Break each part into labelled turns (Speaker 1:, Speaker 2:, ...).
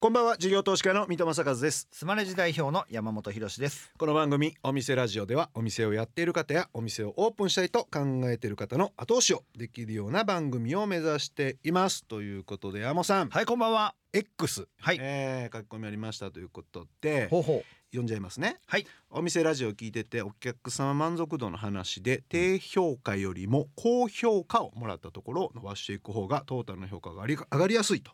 Speaker 1: こんばんは事業投資家の三戸正和です
Speaker 2: スマレジ代表の山本博史です。
Speaker 1: この番組お店ラジオではお店をやっている方やお店をオープンしたいと考えている方の後押しをできるような番組を目指していますということで山本さん、
Speaker 2: はい、こんばんは。
Speaker 1: X、
Speaker 2: はい。
Speaker 1: えー、書き込みありましたということで
Speaker 2: ほうほ
Speaker 1: 読んじゃいますね
Speaker 2: はい
Speaker 1: お店ラジオ聞いててお客様満足度の話で低評価よりも高評価をもらったところを伸ばしていく方がトータルの評価が上がり上がりやすいと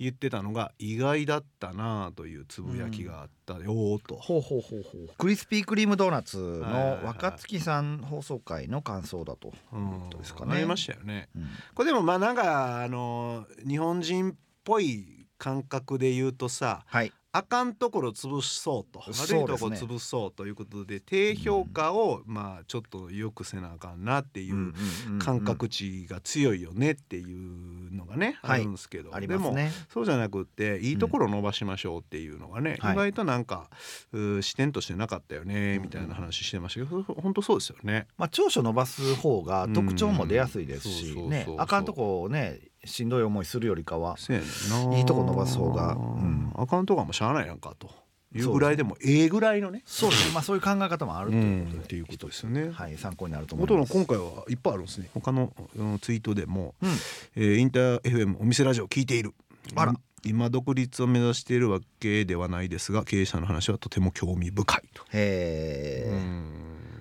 Speaker 1: 言ってたのが意外だったなあというつぶやきがあったよーと、
Speaker 2: う。ほうほうほうほう。クリスピークリームドーナツの若
Speaker 1: 若
Speaker 2: 月さん放送回の感想だと。
Speaker 1: うん
Speaker 2: どうですかね
Speaker 1: なりましたよね
Speaker 2: うん、
Speaker 1: これでもまあなんかあのー日本人っぽい感覚で言うとさ
Speaker 2: はい。
Speaker 1: あかんところ潰そうと悪
Speaker 2: そ
Speaker 1: いう
Speaker 2: で
Speaker 1: と
Speaker 2: す
Speaker 1: こ
Speaker 2: ね
Speaker 1: 潰そうということで低評価をまあちょっと良くせなあかんなっていう感覚値が強いよねっていうのがね、
Speaker 2: はい
Speaker 1: あるんですけど、
Speaker 2: あり
Speaker 1: で
Speaker 2: ます
Speaker 1: も
Speaker 2: ね。
Speaker 1: そうじゃなくっていいところを伸ばしましょうっていうのがね、
Speaker 2: はい
Speaker 1: 意外となんか、うー視点としてなかったよねみたいな話してましたけど、ほん、本当そうですよね。
Speaker 2: まあ長所伸ばす方が特徴も出やすいですし
Speaker 1: うんそうそう
Speaker 2: ね
Speaker 1: そうそう
Speaker 2: あかんとこをねしんどい思いするよりかは
Speaker 1: せやねんない
Speaker 2: いとこ伸ばす方がうん
Speaker 1: アカウントがもうしゃあないやんかというぐらいでもええぐらいのね。
Speaker 2: そうですねまあそういう考え方もあるということで、
Speaker 1: うんっていうことですよね
Speaker 2: はい参考になると思い
Speaker 1: 元
Speaker 2: ま
Speaker 1: の
Speaker 2: す
Speaker 1: 今回はいっぱいあるんですね他のうんツイートでも、
Speaker 2: うん
Speaker 1: えーインター FM お店ラジオ聞いている
Speaker 2: あら
Speaker 1: 今独立を目指しているわけではないですが経営者の話はとても興味深いと、
Speaker 2: へえ、
Speaker 1: うん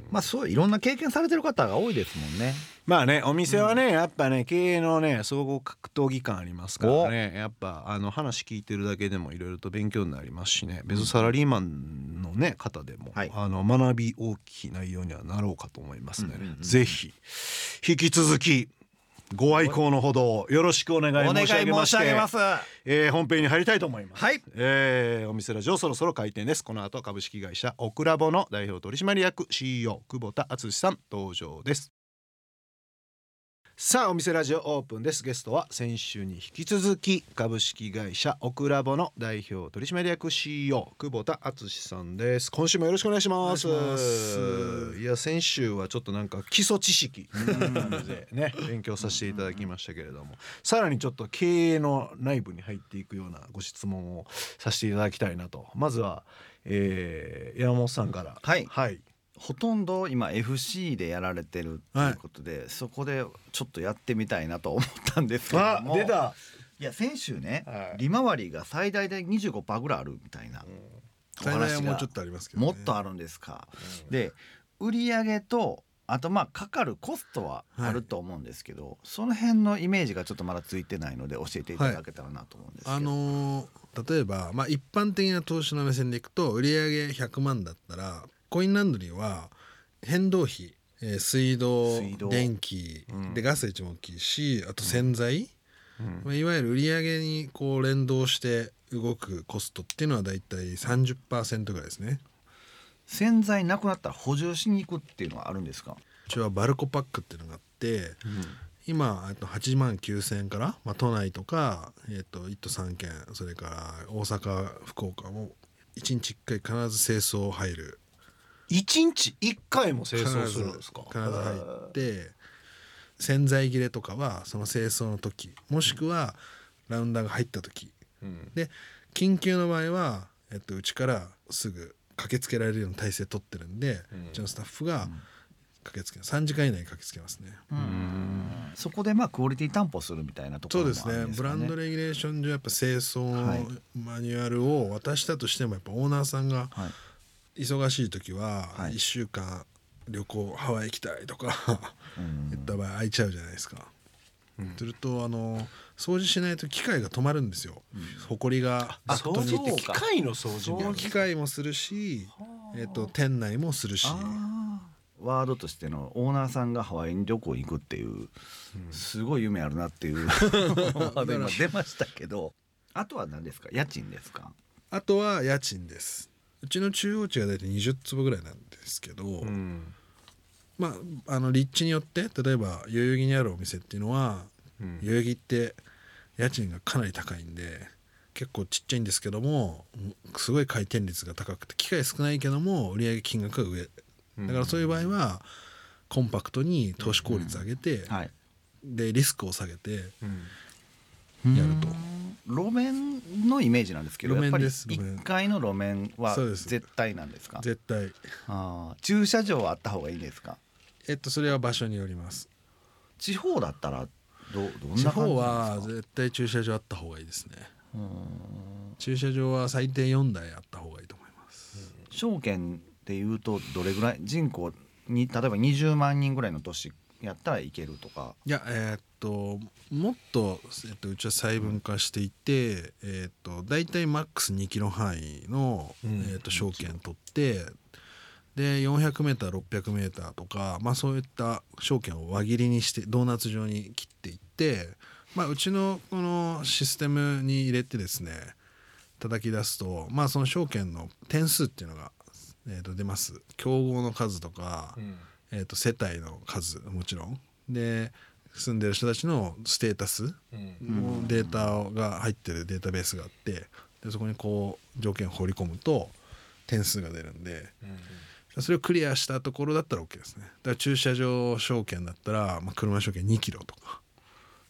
Speaker 2: まあそういろんな経験されてる方が多いですもんね
Speaker 1: まあねお店はね、やっぱね経営のね総合格闘技感ありますからねやっぱあの話聞いてるだけでもいろいろと勉強になりますしね別にサラリーマンのね方でも、
Speaker 2: はい
Speaker 1: あの学び大きい内容にはなろうかと思いますので、
Speaker 2: うんうんうん
Speaker 1: ぜひ引き続きご愛好のほどをよろしくお願い
Speaker 2: お願
Speaker 1: 申
Speaker 2: い
Speaker 1: し上げま
Speaker 2: 申
Speaker 1: し
Speaker 2: して上げます
Speaker 1: えー本編に入りたいと思います。
Speaker 2: はい
Speaker 1: えーお店ラジオそろそろ開店です。この後株式会社オクラボの代表取締役 CEO 久保田敦さん登場です。さあお店ラジオオープンです。ゲストは先週に引き続き株式会社オクラボの代表取締役 CEO 久保田敦さんです。今週もよろしくお願いします。
Speaker 2: お願いします
Speaker 1: いや先週はちょっとなんか基礎知識みたいな感じで ね勉強させていただきましたけれどもさらにちょっと経営の内部に入っていくようなご質問をさせていただきたいなとまずは、えー、山本さんから
Speaker 2: はい
Speaker 1: はい
Speaker 3: ほとんど今 FC でやられてるっていうことで、そこでちょっとやってみたいなと思ったんですけれど
Speaker 1: あ
Speaker 3: も
Speaker 1: 出た、
Speaker 3: いや先週ね、
Speaker 1: はい
Speaker 3: 利回りが最大で25%ぐらいあるみたいな、お
Speaker 4: 最大は
Speaker 3: 話
Speaker 4: もう
Speaker 3: が
Speaker 4: ちょっとありますけど、ね、
Speaker 3: もっとあるんですか、で売上とあとまあかかるコストはあると思うんですけど、その辺のイメージがちょっとまだついてないので教えていただけたらなと思うんですけど、
Speaker 4: あのー例えば、まあ、一般的な投資の目線でいくと売上100万だったらコインランドリーは変動費、えー水道
Speaker 3: 水道
Speaker 4: 電気、
Speaker 1: うん
Speaker 4: でガス一番大きいしあと洗剤、
Speaker 1: うん
Speaker 4: まあ、いわゆる売上にこう連動して動くコストっていうのはだいたい30%ぐらいですね。
Speaker 3: 洗剤なくなったら補充しに行くっていうのはあるんですか
Speaker 4: うちはバルコパックっていうのがあって今えっと8万9,000円から、まあ、都内とか、えっと1都3県それから大阪福岡も1日1回必ず清掃入る
Speaker 1: 一日一回も清掃するんですか
Speaker 4: 必ず必ず入って洗剤切れとかはその清掃の時もしくはラウンダーが入った時
Speaker 1: うん
Speaker 4: で緊急の場合はえっとうちからすぐ駆けつけられるような体制取ってるんで、うちのスタッフが駆けつけ3時間以内に駆けつけますね。
Speaker 3: そこでまあクオリティ担保するみたいなとこ
Speaker 4: そ
Speaker 3: ろ
Speaker 4: う
Speaker 3: もあ
Speaker 4: で
Speaker 3: るん
Speaker 4: すねブランドレギュレーション上やっぱ清掃
Speaker 3: はい
Speaker 4: のマニュアルを渡したとしてもやっぱオーナーさんが
Speaker 3: はい
Speaker 4: 忙しい時は
Speaker 3: はい
Speaker 4: 1週間旅行ハワイ行きたいとか言った場合空いちゃうじゃないですか。するとあの掃除しないと機械が止まるんですよ。埃が
Speaker 1: あ
Speaker 4: ずっ
Speaker 1: 掃
Speaker 4: とつい
Speaker 1: 除
Speaker 4: て
Speaker 1: 機
Speaker 4: きて
Speaker 1: 械の掃除
Speaker 4: その機械もするし、えっと店内もするし。
Speaker 3: ワードとしてのオーナーさんがハワイに旅行行くっていうすごい夢あるなっていう ワード今出ましたけどあとは何ですか家賃ですか
Speaker 4: あとは家賃です。うちの中央値が大体20坪ぐらいなんですけど、
Speaker 1: うん
Speaker 4: まあ、あの立地によって例えば代々木にあるお店っていうのは、
Speaker 1: うん
Speaker 4: 代々木って家賃がかなり高いんで結構ちっちゃいんですけどもすごい回転率が高くて機会少ないけども売上金額が上だからそういう場合はコンパクトに投資効率上げて、
Speaker 3: はい
Speaker 4: でリスクを下げて
Speaker 1: うん
Speaker 4: やると
Speaker 3: 路面のイメージなんですけどやっ
Speaker 4: 路面
Speaker 3: ぱり
Speaker 4: です路面
Speaker 3: 1階の路面は
Speaker 4: そうです
Speaker 3: 絶対なんですか
Speaker 4: 絶対
Speaker 3: あー駐車場はあった方がいいですか
Speaker 4: えっとそれは場所によります
Speaker 3: 地方だったらどうどん
Speaker 4: 地
Speaker 3: な感じ
Speaker 4: 方
Speaker 3: なん
Speaker 4: は
Speaker 3: ですか
Speaker 4: 絶対駐車場あった方がいいですね
Speaker 3: うん
Speaker 4: 駐車場は最低4台あった方がいいと思います、
Speaker 3: 証券でいうとどれぐらい人口に例えば20万人ぐらいの都市やったらいけるとか
Speaker 4: いやえーっともっと、えっと、うちは細分化していて、えーっと大体マックス2キロ範囲の、
Speaker 1: うん
Speaker 4: えーっと証券取ってで 400m600m とか、まあ、そういった証券を輪切りにしてドーナツ状に切っていって、まあ、うちのこのシステムに入れてですね叩き出すと、まあ、その証券の点数っていうのが、えーっと出ます競合の数とか、えー、と世帯の数もちろんで住んでる人たちのステータスのデータが入ってるデータベースがあってでそこにこう条件を放り込むと点数が出るんでそれをクリアしたところだったら OK ですねだから駐車場証券だったら、まあ、車証券2キロとか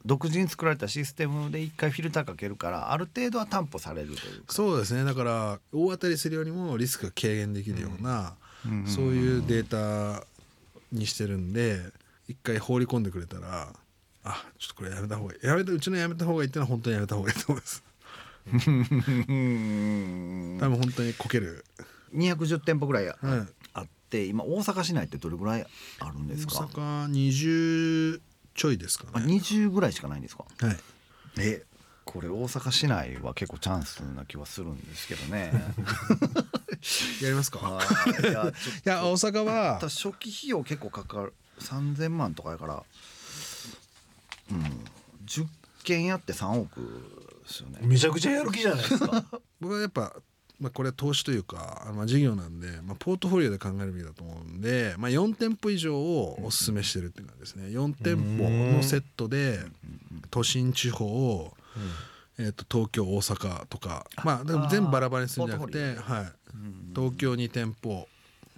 Speaker 3: 独自に作られたシステムで一回フィルターかけるからある程度は担保されるというか
Speaker 4: そうですねだから大当たりするよりもリスクが軽減できるような、そういうデータにしてるんで一回放り込んでくれたらあちょっとこれやめた方がいいやめたうちのやめた方がいいってのは本当にやめた方がいいと思います
Speaker 3: うん
Speaker 4: 多分本当にこける、
Speaker 3: 210店舗ぐらいあ
Speaker 4: はい、
Speaker 3: あって今大阪市内ってどれぐらいあるん
Speaker 4: 大
Speaker 3: ですか
Speaker 4: 阪20ちょいです
Speaker 3: あ
Speaker 4: かね
Speaker 3: 20ぐらいしかないんですか
Speaker 4: はい
Speaker 3: えこれ大阪市内は結構チャンスな気はするんですけど ね
Speaker 4: やりますか
Speaker 3: あーいやちょっ
Speaker 4: いや大阪は
Speaker 3: と初期費用結構かかる3000万とかやからうん10件やって3億ですよね
Speaker 1: めちゃくちゃやる気じゃないですか
Speaker 4: 僕はやっぱ、まあ、これは投資というか、あのまあ、事業なんで、まあ、ポートフォリオで考えるべきだと思うんで、まあ、4店舗以上をお勧めしてるって感じですね4店舗のセットで都心地方を、えー、と東京大阪とかまあでも全部バラバラにするんじゃなく
Speaker 3: ポ
Speaker 4: て、はい、東京に店舗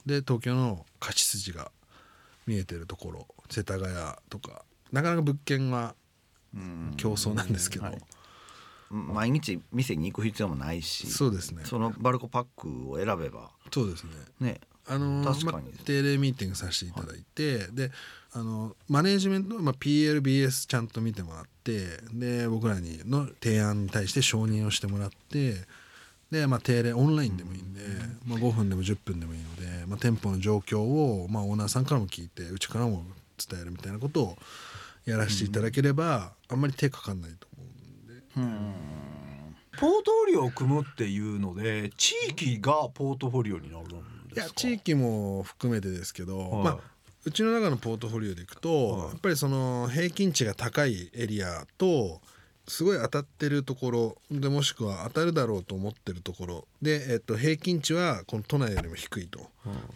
Speaker 4: で東京の勝ち筋が見えてるところ世田谷とかなかなか物件は
Speaker 3: うん
Speaker 4: 競争なんですけど、
Speaker 3: はい毎日店に行く必要もないし
Speaker 4: そうですね
Speaker 3: そのバルコパックを選べば
Speaker 4: そうですね
Speaker 3: ね
Speaker 4: あの
Speaker 3: 確かに
Speaker 4: まあ定例ミーティングさせていただいて、であのマネージメント、まあ、PLBS ちゃんと見てもらってで僕らにの提案に対して承認をしてもらってで、まあ、定例オンラインでもいいんで、まあ、5分でも10分でもいいので、まあ、店舗の状況を、まあ、オーナーさんからも聞いてうちからも伝えるみたいなことをやらせていただければ、あんまり手かかんないと思うんで
Speaker 1: ポートフォリオを組むっていうので地域がポートフォリオになるん
Speaker 4: い
Speaker 1: で
Speaker 4: や
Speaker 1: すか
Speaker 4: 地域も含めてですけど、
Speaker 1: はい
Speaker 4: まあうちの中のポートフォリオでいくと、
Speaker 1: はい
Speaker 4: やっぱりその平均値が高いエリアとすごい当たってるところでもしくは当たるだろうと思ってるところで、えっと、平均値はこの都内よりも低いと、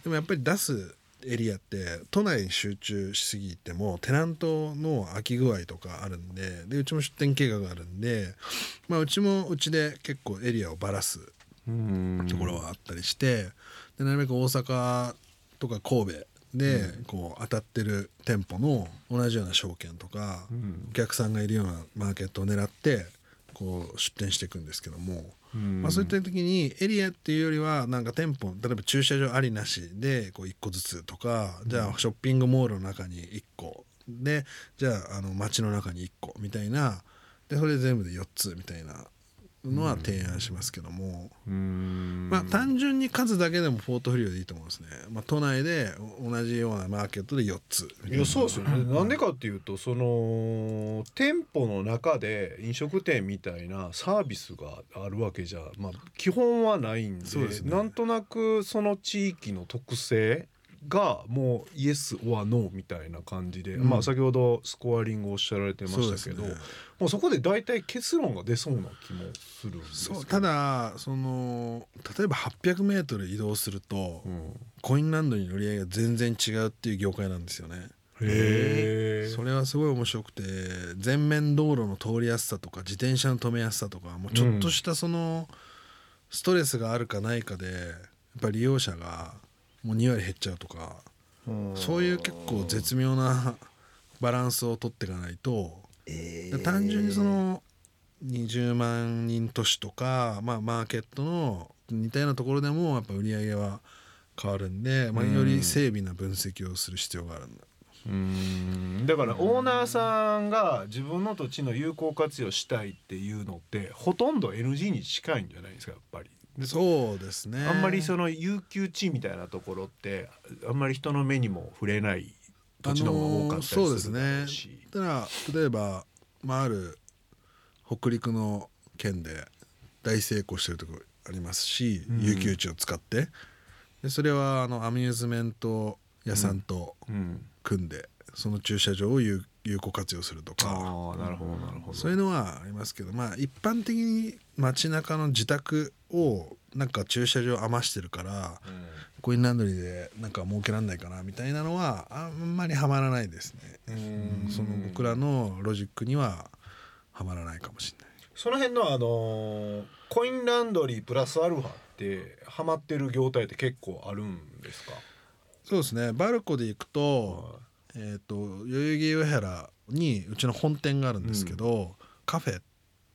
Speaker 4: でもやっぱり出すエリアって都内に集中しすぎてもテナントの空き具合とかあるんででうちも出店計画があるんで、まあ、うちもうちで結構エリアをばらす
Speaker 1: うん
Speaker 4: ところはあったりして、でなるべく大阪とか神戸で、こう当たってる店舗の同じような証券とか、お客さんがいるようなマーケットを狙ってこう出店していくんですけども、まあ、そういった時にエリアっていうよりはなんか店舗例えば駐車場ありなしでこう1個ずつとかじゃあショッピングモールの中に1個でじゃああの街の中に1個みたいなでそれ全部で4つみたいなのは提案しますけども。
Speaker 1: うん
Speaker 4: まあ、単純に数だけでもポートフォリオでいいと思うんですね、まあ、都内でお同じようなマーケットで4つ
Speaker 1: いやそうですよねなんでかっていうとその店舗の中で飲食店みたいなサービスがあるわけじゃ、まあ、基本はないんで
Speaker 4: そうですね
Speaker 1: なんとなくその地域の特性がもうイエス・オア・ノーみたいな感じで、
Speaker 4: うん
Speaker 1: まあ、先ほどスコアリングをおっしゃられてま
Speaker 4: そう
Speaker 1: し
Speaker 4: で
Speaker 1: た
Speaker 4: す
Speaker 1: け
Speaker 4: ね
Speaker 1: どそ,、もうそこで大体結論が出そうな気もするんですけ
Speaker 4: そ
Speaker 1: ど
Speaker 4: うた、だその例えば 800m 移動すると、
Speaker 1: うん、
Speaker 4: コインランドリーの売り上げが全然違うっていう業界なんですよね
Speaker 1: へえ
Speaker 4: それはすごい面白くて全面道路の通りやすさとか自転車の止めやすさとかもうちょっとしたそのストレスがあるかないかでやっぱり利用者がもう2割減っちゃうとかそういう結構絶妙なバランスを取っていかないと
Speaker 3: え
Speaker 4: 単純にその20万人都市とか、まあ、マーケットの似たようなところでもやっぱ売り上げは変わるんで、まあ、より精微な分析をする必要があるんだ。
Speaker 1: うんだからオーナーさんが自分の土地の有効活用したいっていうのってほとんど NG に近いんじゃないですかやっぱり。
Speaker 4: そうですね
Speaker 1: あんまりその有給地みたいなところってあんまり人の目にも触れない土地の方が多かった
Speaker 4: あのーそう
Speaker 1: り
Speaker 4: ですす
Speaker 1: るだろ
Speaker 4: ね
Speaker 1: うし。
Speaker 4: ただ例えば、まあ、ある北陸の県で大成功してるところありますし、
Speaker 1: ん
Speaker 4: 有給地を使ってでそれはあのアミューズメント屋さんと
Speaker 1: うん、
Speaker 4: 組んで、その駐車場を有有効活用するとか
Speaker 1: ああなるほどなるほど。
Speaker 4: そういうのはありますけど、まあ、一般的に街中の自宅をなんか駐車場余してるから、コインランドリーでなんか儲けらんないかなみたいなのはあんまりはまらないですね。うんその僕らのロジックにははまらないかもしれない。
Speaker 1: その辺のあのーコインランドリープラスアルファってハマってる業態って結構あるんですか。
Speaker 4: そうですね。バルコで行くと、えっ、と代々木上原にうちの本店があるんですけど、カフェ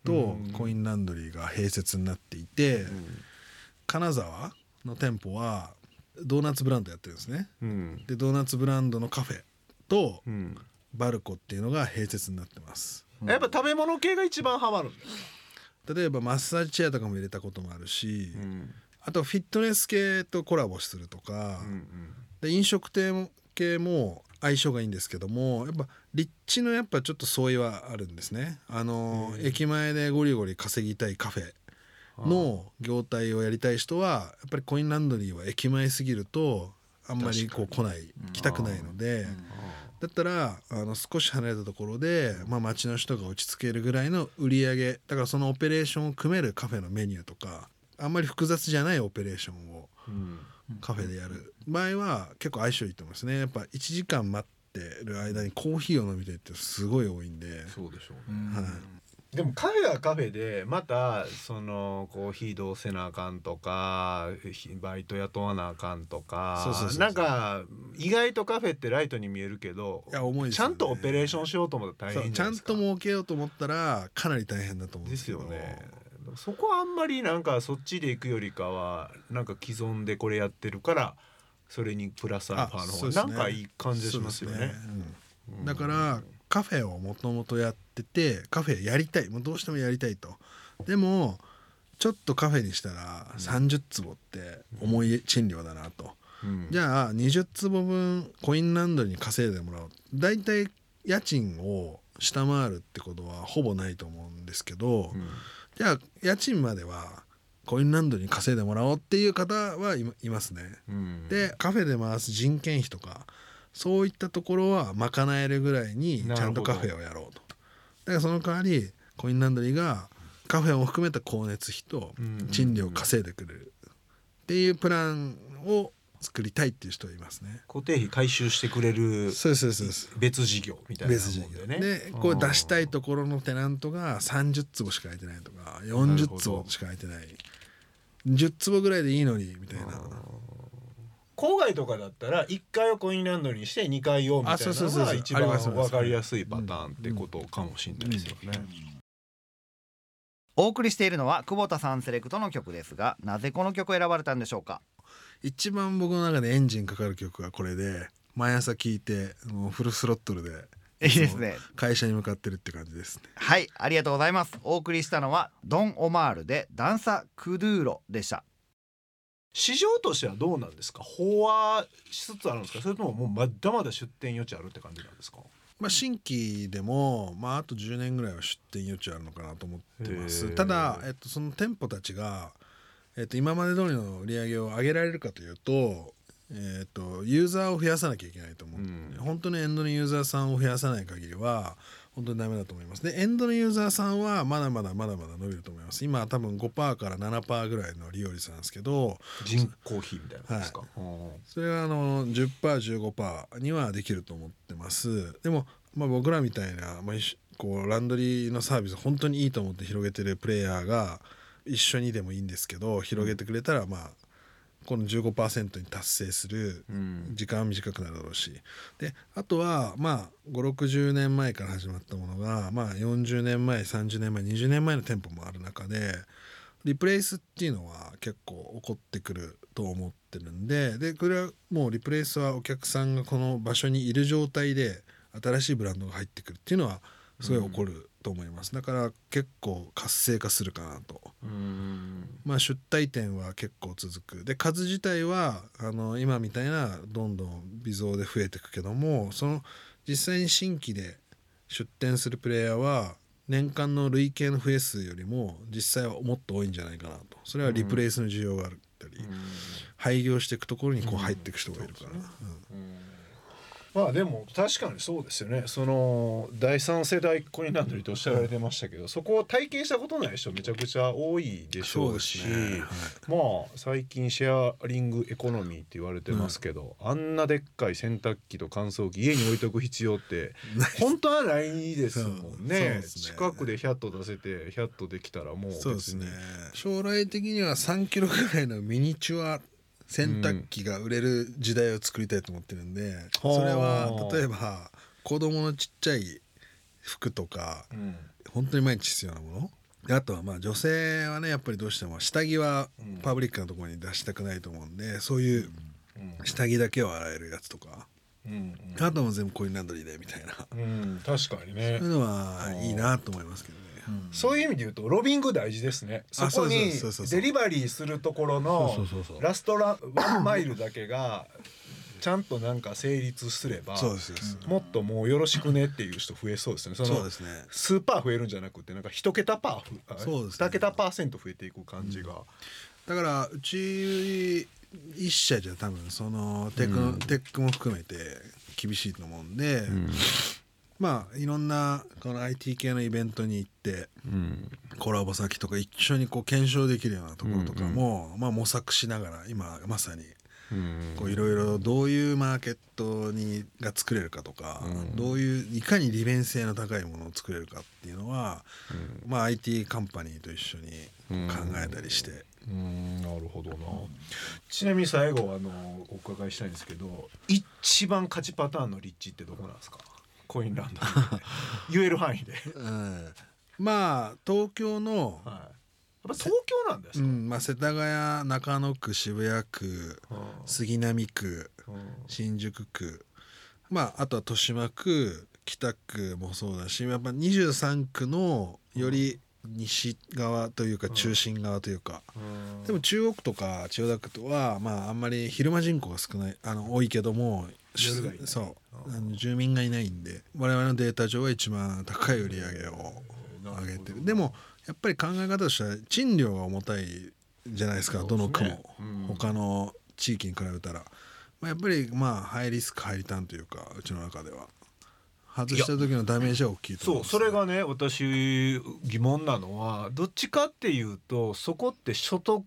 Speaker 4: とコインランドリーが併設になっていて、金沢の店舗はドーナツブランドやってるんですね。
Speaker 1: うん。
Speaker 4: でドーナツブランドのカフェと
Speaker 1: うん。
Speaker 4: バルコっていうのが併設になってます。
Speaker 1: やっぱ食べ物系が一番ハマるんだよ。
Speaker 4: 例えばマッサージチェアとかも入れたこともあるし、
Speaker 1: うん。
Speaker 4: あとフィットネス系とコラボするとか、
Speaker 1: うん。
Speaker 4: で飲食店系も相性がいいんですけどもやっぱ立地のやっぱちょっと相違はあるんですね。あの駅前でゴリゴリ稼ぎたいカフェの業態をやりたい人はやっぱりコインランドリーは駅前すぎるとあんまりこう来ない来たくないので、だったらあの少し離れたところで、まあ、町の人が落ち着けるぐらいの売り上げだからそのオペレーションを組めるカフェのメニューとかあんまり複雑じゃないオペレーションを
Speaker 1: うん。
Speaker 4: カフェでやる場合は結構相性いいと思いますねやっぱ1時間待ってる間にコーヒーを飲みたいってすごい多いんで、
Speaker 1: そうでしょうね。
Speaker 4: はい、
Speaker 1: でもカフェはカフェでまたそのコーヒーどうせなあかんとかひバイト雇わなあかんとか
Speaker 4: そうそうそうそう
Speaker 1: なんか意外とカフェってライトに見えるけど
Speaker 4: いや重いです
Speaker 1: ちゃ
Speaker 4: よね
Speaker 1: んとオペレーションしようと思ったら大
Speaker 4: そう
Speaker 1: 変
Speaker 4: ち
Speaker 1: じゃな
Speaker 4: ゃ
Speaker 1: いで
Speaker 4: ん
Speaker 1: すか
Speaker 4: と儲けようと思ったらかなり大変だと思う
Speaker 1: で
Speaker 4: んです
Speaker 1: す
Speaker 4: けど
Speaker 1: よねそこはあんまりなんかそっちで行くよりかはなんか既存でこれやってるからそれにプラスアルファの
Speaker 4: あ
Speaker 1: 方
Speaker 4: そ
Speaker 1: が、
Speaker 4: うです
Speaker 1: な
Speaker 4: ね
Speaker 1: んかいい感じがしますよ
Speaker 4: そう
Speaker 1: ね
Speaker 4: で。うんだからカフェをもともとやっててカフェやりたいもうどうしてもやりたいとでもちょっとカフェにしたら30坪って重い賃料だなと、
Speaker 1: うん
Speaker 4: じゃあ20坪分コインランドリーに稼いでもらおう大体家賃を下回るってことはほぼないと思うんですけど、
Speaker 1: うん
Speaker 4: じゃあ家賃まではコインランドリーに稼いでもらおうっていう方はいまいますね。
Speaker 1: うん
Speaker 4: でカフェで回す人件費とかそういったところは賄えるぐらいに
Speaker 1: なるほど
Speaker 4: ちゃんとカフェをやろうとだからその代わりコインランドリーがカフェも含めた光熱費と
Speaker 1: うん
Speaker 4: 賃料を稼いでくれるっていうプランを作りたいっていう人はいますね
Speaker 1: 固定費回収してくれる
Speaker 4: そうですそうです
Speaker 1: 別事業みたいな
Speaker 4: 別事
Speaker 1: もん
Speaker 4: 業
Speaker 1: でね。
Speaker 4: でこう出した
Speaker 1: い
Speaker 4: いところのテナントが30坪しか空いてないとか40
Speaker 1: なるほ
Speaker 4: 坪
Speaker 1: ど
Speaker 4: しか空いてない10坪ぐらいでいいのにみたいな
Speaker 1: 郊外とかだったら1階をコインランドリーにして2階をみたい
Speaker 4: あそ
Speaker 1: な
Speaker 4: うそう
Speaker 1: の
Speaker 4: そう
Speaker 1: が
Speaker 4: そう
Speaker 1: 一
Speaker 4: あ
Speaker 1: 番
Speaker 4: りますあります
Speaker 1: 分かりやすいパターンってことかもしれないですよね。
Speaker 2: お送りしているのは久保田さんセレクトの曲ですがなぜこの曲を選ばれたんでしょうか
Speaker 4: 一番僕の中でエンジンかかる曲がこれで毎朝聴いてもうフルスロットルで
Speaker 2: いいですね
Speaker 4: 会社に向かってるって感じですね
Speaker 2: はいありがとうございますお送りしたのはドン・オマールでダンサ・クドゥーロでした
Speaker 1: 市場としてはどうなんですか飽和しつつあるんですかそれとももうまだまだ出店余地あるって感じなんですか
Speaker 4: まあ、新規でも、まあ、あと10年ぐらいは出店余地あるのかなと思ってま
Speaker 1: へ
Speaker 4: す
Speaker 1: え
Speaker 4: ただ、えっと、その店舗たちが、えっと、今まで通りの売り上げを上げられるかというと,、えっとユーザーを増やさなきゃいけないと思う、
Speaker 1: うん
Speaker 4: 本当にエンドのユーザーさんを増やさない限りは本当にダメだと思いますでエンドのユーザーさんはまだまだまだまだ伸びると思います今は多分5%から7%ぐらいの利用率なんですけど
Speaker 1: 人口比みたいなことですか、はい
Speaker 4: それはあの 10%15% にはできると思ってますでも、まあ、僕らみたいな、まあ、一緒こうランドリーのサービス本当にいいと思って広げてるプレイヤーが一緒にでもいいんですけど広げてくれたらまあこの15%に達成する
Speaker 1: うん
Speaker 4: 時間は短くなるだろうしであとはまあ560年前から始まったものが、まあ、40年前30年前20年前の店舗もある中でリプレイスっていうのは結構起こってくると思ってるんででこれはもうリプレイスはお客さんがこの場所にいる状態で新しいブランドが入ってくるっていうのはすごい起こると思います、だから結構活性化するかなと。
Speaker 1: うん
Speaker 4: まあ、出退店は結構続くで数自体はあの今みたいなどんどん微増で増えていくけどもその実際に新規で出店するプレイヤーは年間の累計の増え数よりも実際はもっと多いんじゃないかなとそれはリプレイスの需要があったり、廃業していくところにこう入っていく人がいるから、
Speaker 1: まあでも確かにそうですよねその第三世代っ子になってるとおっしゃられてましたけどそこを体験したことない人めちゃくちゃ多いでしょうし
Speaker 4: そうですね
Speaker 1: まあ最近シェアリングエコノミーって言われてますけど、あんなでっかい洗濯機と乾燥機家に置いとく必要 って本当はないですもん
Speaker 4: そうそう
Speaker 1: ね
Speaker 4: ですね
Speaker 1: 近くで100と出せて100とできたらもう
Speaker 4: そうですね
Speaker 1: 別に
Speaker 4: 将来的には3キロぐらいのミニチュア洗濯機が売れる時代を作りたいと思ってるんで、
Speaker 1: ほう
Speaker 4: それは例えば子供のちっちゃい服とか
Speaker 1: うん
Speaker 4: 本当に毎日必要なものであとはまあ女性はねやっぱりどうしても下着は
Speaker 1: うん
Speaker 4: パブリックなところに出したくないと思うんでそういう下着だけを洗えるやつとか
Speaker 1: うんうん
Speaker 4: あとも全部コインランドリーでみたいなそ
Speaker 1: うん確かにね
Speaker 4: ういうのはいいなと思いますけどね。
Speaker 1: そういう意味で言うとロビング大事ですね。そ
Speaker 4: あ
Speaker 1: こに
Speaker 4: そうそうそうそうそう
Speaker 1: デリバリーするところの
Speaker 4: そうそうそうそう
Speaker 1: ラストランワンマイルだけがちゃんとなんか成立すれば
Speaker 4: そうですそうです
Speaker 1: もっともうよろしくねっていう人増えそうですね。そ
Speaker 4: そう
Speaker 1: の
Speaker 4: ですね
Speaker 1: 数パー増えるんじゃなくてなんか一桁パーふあ
Speaker 4: そうですね
Speaker 1: 二桁パーセント増えていく感じが。
Speaker 4: だからうち一社じゃ多分そのテク,、テックも含めて厳しいと思うんで、まあいろんなこの IT 系のイベントに行ってコラボ先とか一緒にこう検証できるようなところとかも、まあ、模索しながら今まさにこういろいろどういうマーケットにが作れるかとか、どういういかに利便性の高いものを作れるかっていうのは、まあ、IT カンパニーと一緒に考えたりして。
Speaker 1: うーんなるほどな、ちなみに最後あのお伺いしたいんですけど一番勝ちパターンの立地ってどこなんですかコインランドリー で言える範囲で、はい、やっ
Speaker 4: うんまあ東京の、
Speaker 1: ぱ東京なんです
Speaker 4: う
Speaker 1: か、
Speaker 4: んまあ、世田谷中野区渋谷区
Speaker 1: うん
Speaker 4: 杉並区新宿区まああとは豊島区北区もそうだしやっぱ23区のより西側というか中心側というか、
Speaker 1: うん
Speaker 4: でも中央区とか千代田区とはまああんまり昼間人口が少ないあの多いけども
Speaker 1: 夜がいない
Speaker 4: そうあの住民がいないんで我々のデータ上は一番高い売り上げを上げてるでもやっぱり考え方としては賃料が重たいじゃないですかどの区も、
Speaker 1: うん
Speaker 4: 他の地域に比べたら、まあ、やっぱりまあハイリスクハイリターンというかうちの中では外した時のダメージは大きいと思
Speaker 1: そ
Speaker 4: う
Speaker 1: う
Speaker 4: んです
Speaker 1: そ
Speaker 4: ね
Speaker 1: れがね私疑問なのはどっちかっていうとそこって所得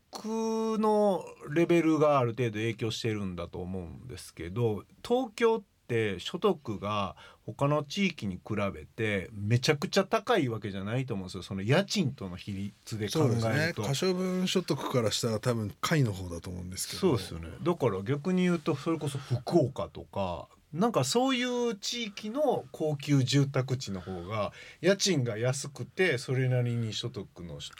Speaker 1: のレベルがある程度影響してるんだと思うんですけど東京って所得が他の地域に比べてめちゃくちゃ高いわけじゃないと思うんですよその家賃との比率で
Speaker 4: そ
Speaker 1: 考
Speaker 4: うです
Speaker 1: え
Speaker 4: ね
Speaker 1: ると。
Speaker 4: 可処分所得からしたら多分下位の方だと思うんですけど
Speaker 1: そうですよねだから逆に言うとそれこそ福岡とかなんかそういう地域の高級住宅地の方が家賃が安くてそれなりに所得の人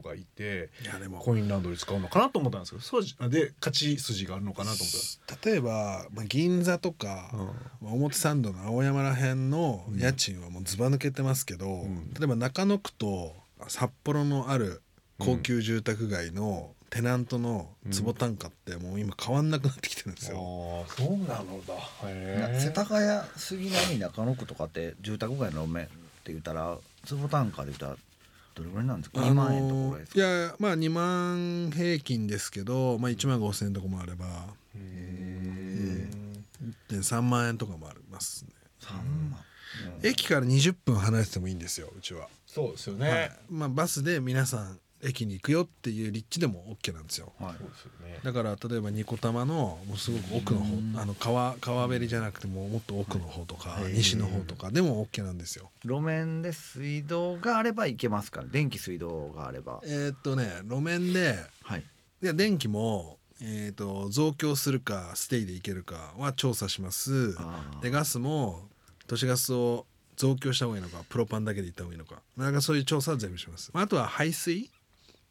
Speaker 1: がいて
Speaker 4: いやでも
Speaker 1: コインランドリー使うのかなと思ったんですけどそうじで勝ち筋があるのかなと思っ
Speaker 4: 例えば、まあ、銀座とか、
Speaker 1: うん
Speaker 4: まあ表参道の青山ら辺の家賃はもうずば抜けてますけど、
Speaker 1: ん
Speaker 4: 例えば中野区と札幌のある高級住宅街のテナントの坪単価ってもう今変わんなくなってきてるんです
Speaker 1: た
Speaker 4: よ。
Speaker 1: ああそうなのだへ
Speaker 3: 世田谷杉並中野区とかって住宅街の路面って言ったら坪単価で言ったらどれぐらいなんですか2万円とかぐらいです
Speaker 4: い
Speaker 3: か
Speaker 4: やまあ2万平均ですけど、まあ、1万5千円とかもあれば1.3万円とかもありますね
Speaker 3: 3万
Speaker 4: 駅から20分離れててもいいんですようちは。
Speaker 1: そうですよね、
Speaker 4: はいまあ、バスで皆さん駅に行くよっていう立地でも OK なんですよ
Speaker 3: はい
Speaker 1: そうですよね
Speaker 4: だから例えばニコタマのもうすごく奥の方あの川川べりじゃなくてもうもっと奥の方とか西の方とかでも OK なんですよ
Speaker 3: 路面で水道があれば行けますから電気水道があれば
Speaker 4: えーっとね路面で
Speaker 3: はい
Speaker 4: いや電気もえー、と増強するかステイでいけるかは調査します
Speaker 3: あ
Speaker 4: でガスも都市ガスを増強した方がいいのかプロパンだけでいった方がいいのかなんかそういう調査は全部します、まあ、あとは排水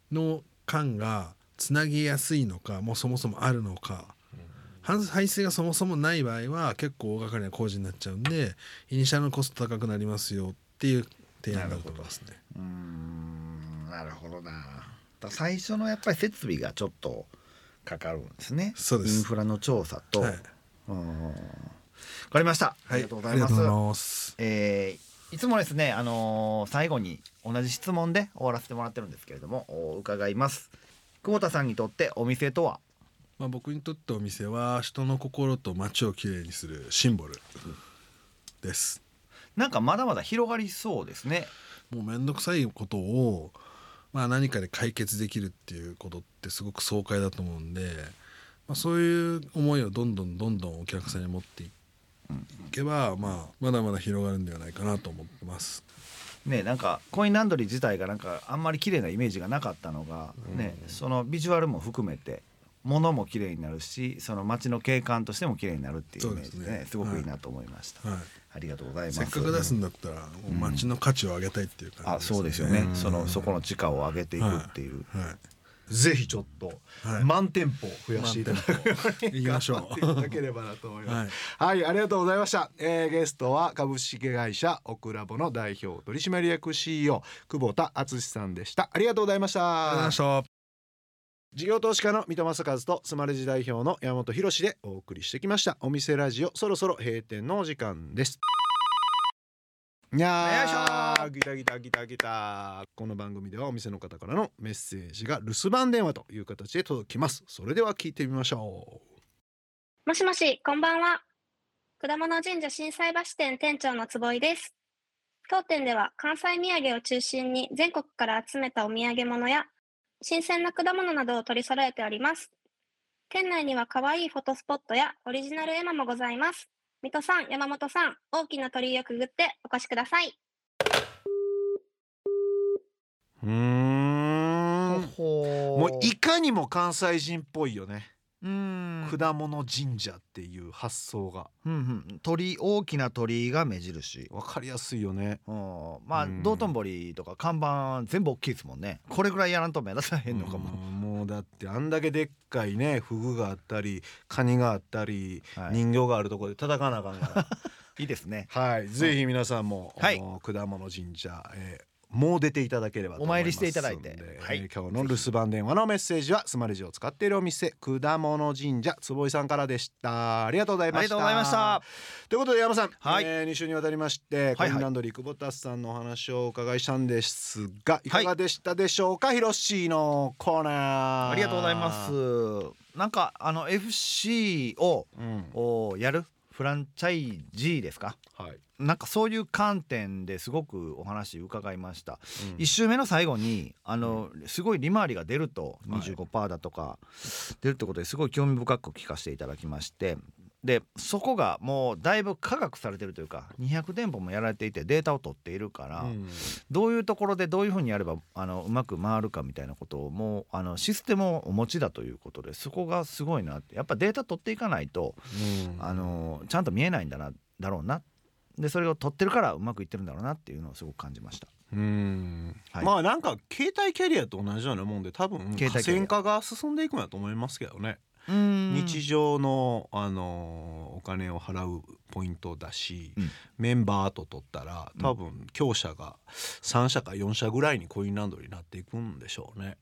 Speaker 4: の管がつなぎやすいのかもうそもそもあるのか排排水がそもそもない場合は結構大掛かりな工事になっちゃうんでイニシャルのコスト高くなりますよっていう提案があると思いますね。
Speaker 2: うーんなるほどなだ最初のやっぱり設備がちょっとかかるんですね
Speaker 4: そうで
Speaker 2: イ
Speaker 4: す
Speaker 2: ンフラの調査と、
Speaker 4: はいう
Speaker 2: ーんわかりました、ありがとうございます
Speaker 4: ます。
Speaker 2: えーいつもですね、あのー最後に同じ質問で終わらせてもらってるんですけれどもお伺います久保田さんにとってお店とは
Speaker 4: まあ、僕にとってお店は人の心と街をきれいにするシンボルです。
Speaker 2: なんかまだまだ広がりそうですね
Speaker 4: もう面倒くさいことを、まあ、何かで解決できるっていうことってすごく爽快だと思うんで、まあ、そういう思いをどんどんどんどんお客さんに持っていけば、まあ、まだまだ広がるんではないかなと思ってます。
Speaker 2: ねなんかコインランドリー自体がなんかあんまり綺麗なイメージがなかったのが、ねそのビジュアルも含めて物も綺麗になるしその街の景観としても綺麗になるっていうイメージで,、
Speaker 4: そうです
Speaker 2: ね
Speaker 4: ね
Speaker 2: すごくいいなと思いました、
Speaker 4: は
Speaker 2: ありがとうございま
Speaker 4: い、
Speaker 2: す
Speaker 4: せっかく出すんだったらもう街の価値を上げたいっていう感
Speaker 2: あ
Speaker 4: じ
Speaker 2: そうですよね、そのそこの地価を上げていくっていう、
Speaker 4: はい
Speaker 1: ぜひちょっと
Speaker 4: はい
Speaker 1: 満店舗増やしていただ
Speaker 4: 行きましょ
Speaker 1: い
Speaker 4: う。
Speaker 1: ただければなと思い ます。はい、ありがとうございました。えーゲストは株式会社オクラボの代表取締役 CEO 久保田敦さんでした。ありがとうございました。
Speaker 4: ありがとうございました。
Speaker 1: 事業投資家の三戸正和とスマレジ代表の山本博史でお送りしてきましたお店ラジオそろそろ閉店のお時間ですいやー
Speaker 2: よいしょー
Speaker 1: ギタギタギタギタこの番組ではお店の方からのメッセージが留守番電話という形で届きますそれでは聞いてみましょ
Speaker 5: もしもし、こんばんは。果物神社震災橋店店長の坪井です。当店では関西土産を中心に全国から集めたお土産物や新鮮な果物などを取り揃えております。店内には可愛いフォトスポットやオリジナル絵馬もございます。水戸さん、山本さん、大きな鳥居をくぐってお越しください。
Speaker 1: ううーん
Speaker 2: ほ
Speaker 1: もういかにも関西人っぽいよね、
Speaker 2: うん
Speaker 1: 果物神社っていう発想が
Speaker 2: うんうん鳥大きな鳥居が目印
Speaker 1: わかりやすいよね
Speaker 2: うんまあ、
Speaker 1: うん
Speaker 2: 道頓堀とか看板全部大きいですもんねこれぐらいやらんと目立たへんのかも、
Speaker 1: うんもうだってあんだけでっかいねフグがあったりカニがあったり、
Speaker 2: はい、
Speaker 1: 人形があるところで叩かなあかん から
Speaker 2: いいですね
Speaker 1: はいぜひ皆さんも、
Speaker 2: はい
Speaker 1: あの果物神社、えーもう出ていただければと思います
Speaker 2: お参りしていただいて
Speaker 1: んで
Speaker 2: はい
Speaker 1: えー今日の留守番電話のメッセージはスマレジを使っているお店果物神社坪井さんからでしたありがとうござ
Speaker 2: あ
Speaker 1: い
Speaker 2: りが
Speaker 1: ました
Speaker 2: とうございました
Speaker 1: ということで山さん、
Speaker 2: はい
Speaker 1: え2週にわたりまして、
Speaker 2: はい
Speaker 1: コインランドリー久保田さんのお話をお伺いしたんですがいかがでしたでしょうか、ヒロシーのコーナー
Speaker 2: ありがとうございますなんかあの FC を
Speaker 1: うん
Speaker 2: をやるフランチャイジーですか
Speaker 1: はい、
Speaker 2: なんかそういう観点ですごくお話伺いました、
Speaker 1: うん
Speaker 2: 一周目の最後にあの、すごい利回りが出ると25%だとか、出るってことですごい興味深く聞かせていただきましてでそこがもうだいぶ科学されてるというか200店舗もやられていてデータを取っているから、
Speaker 1: うん
Speaker 2: どういうところでどういうふうにやればあのうまく回るかみたいなことをもうあのシステムをお持ちだということでそこがすごいなってやっぱデータ取っていかないとあのちゃんと見えないんだなだろうなでそれを取ってるからうまくいってるんだろうなっていうのをすごく感じました。
Speaker 1: うん
Speaker 2: はい
Speaker 1: まあなんか携帯キャリアと同じようなもんで多分
Speaker 2: 携帯キャリ
Speaker 1: 河川
Speaker 2: ア
Speaker 1: 化が進んでいくんだと思いますけどね、日常の、あのーお金を払うポイントだし、
Speaker 2: うん
Speaker 1: メンバーと取ったら多分強者が3社か4社ぐらいにコインランドリーになっていくんでしょうね。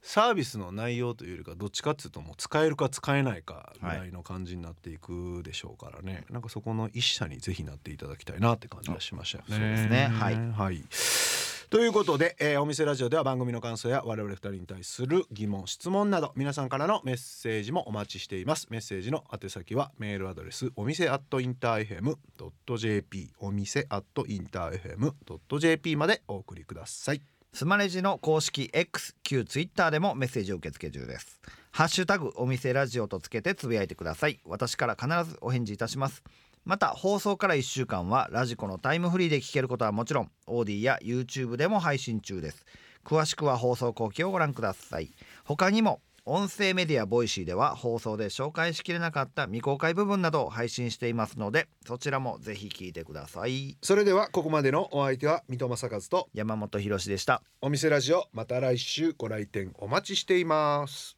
Speaker 1: サービスの内容というよりかどっちかっていうともう使えるか使えないかぐらいの感じになっていくでしょうからね、なんかそこの一社にぜひなっていただきたいなって感じがしましたよね。
Speaker 2: そうですねはい
Speaker 1: ということで、えーお店ラジオでは番組の感想や我々二人に対する疑問質問など皆さんからのメッセージもお待ちしていますメッセージの宛先はメールアドレスお店アットインター FM.jp お店アットインター FM.jp までお送りください
Speaker 2: スマレジの公式 X 旧 Twitter でもメッセージを受け付け中です。ハッシュタグお店ラジオとつけてつぶやいてください。私から必ずお返事いたします。また放送から1週間はラジコのタイムフリーで聞けることはもちろん OD や YouTube でも配信中です。詳しくは放送後期をご覧ください。他にも音声メディアボイシーでは放送で紹介しきれなかった未公開部分などを配信していますのでそちらもぜひ聞いてください
Speaker 1: それではここまでのお相手は三戸正和と
Speaker 2: 山本博史でした
Speaker 1: お店ラジオまた来週ご来店お待ちしています